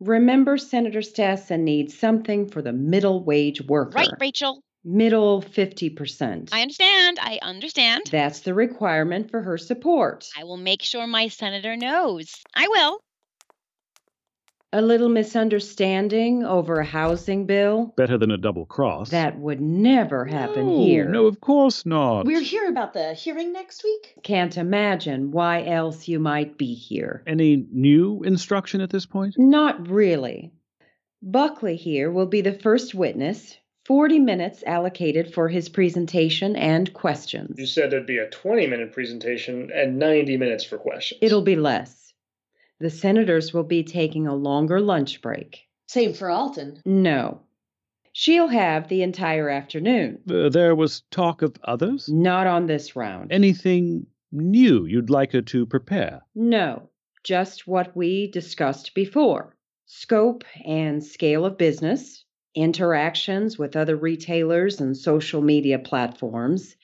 Remember, Senator Stassen needs something for the middle wage worker. Right, Rachel. Middle 50%. I understand. I understand. That's the requirement for her support. I will make sure my senator knows. I will. A little misunderstanding over a housing bill? Better than a double cross. That would never happen no, here. No, of course not. We're here about the hearing next week. Can't imagine why else you might be here. Any new instruction at this point? Not really. Buckley here will be the first witness. 40 minutes allocated for his presentation and questions. You said there'd be a 20 minute presentation and 90 minutes for questions. It'll be less. The senators will be taking a longer lunch break. Same for Alton. No. She'll have the entire afternoon. Uh, there was talk of others? Not on this round. Anything new you'd like her to prepare? No, just what we discussed before scope and scale of business, interactions with other retailers and social media platforms.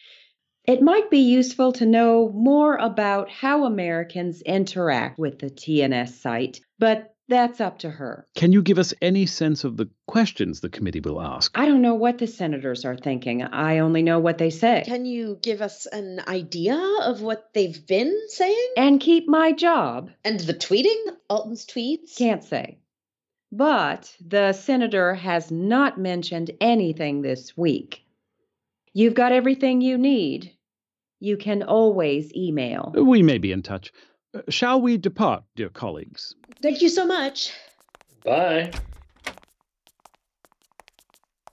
It might be useful to know more about how Americans interact with the TNS site, but that's up to her. Can you give us any sense of the questions the committee will ask? I don't know what the senators are thinking. I only know what they say. Can you give us an idea of what they've been saying? And keep my job. And the tweeting? Alton's tweets? Can't say. But the senator has not mentioned anything this week. You've got everything you need. You can always email. We may be in touch. Uh, Shall we depart, dear colleagues? Thank you so much. Bye.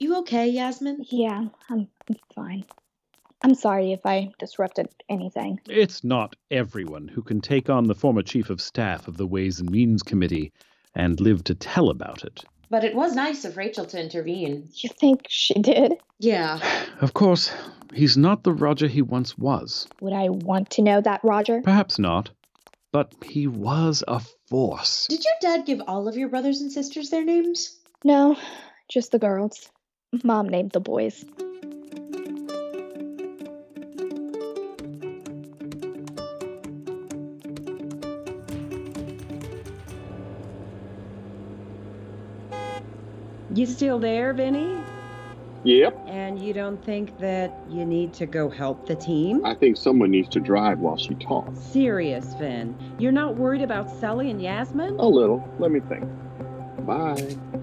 You okay, Yasmin? Yeah, I'm, I'm fine. I'm sorry if I disrupted anything. It's not everyone who can take on the former chief of staff of the Ways and Means Committee and live to tell about it. <sighs> But it was nice of Rachel to intervene. You think she did? Yeah. Of course, he's not the Roger he once was. Would I want to know that, Roger? Perhaps not, but he was a force. Did your dad give all of your brothers and sisters their names? No, just the girls. Mom named the boys. You still there, Vinny? Yep. And you don't think that you need to go help the team? I think someone needs to drive while she talks. Serious, Vin. You're not worried about Sully and Yasmin? A little. Let me think. Bye.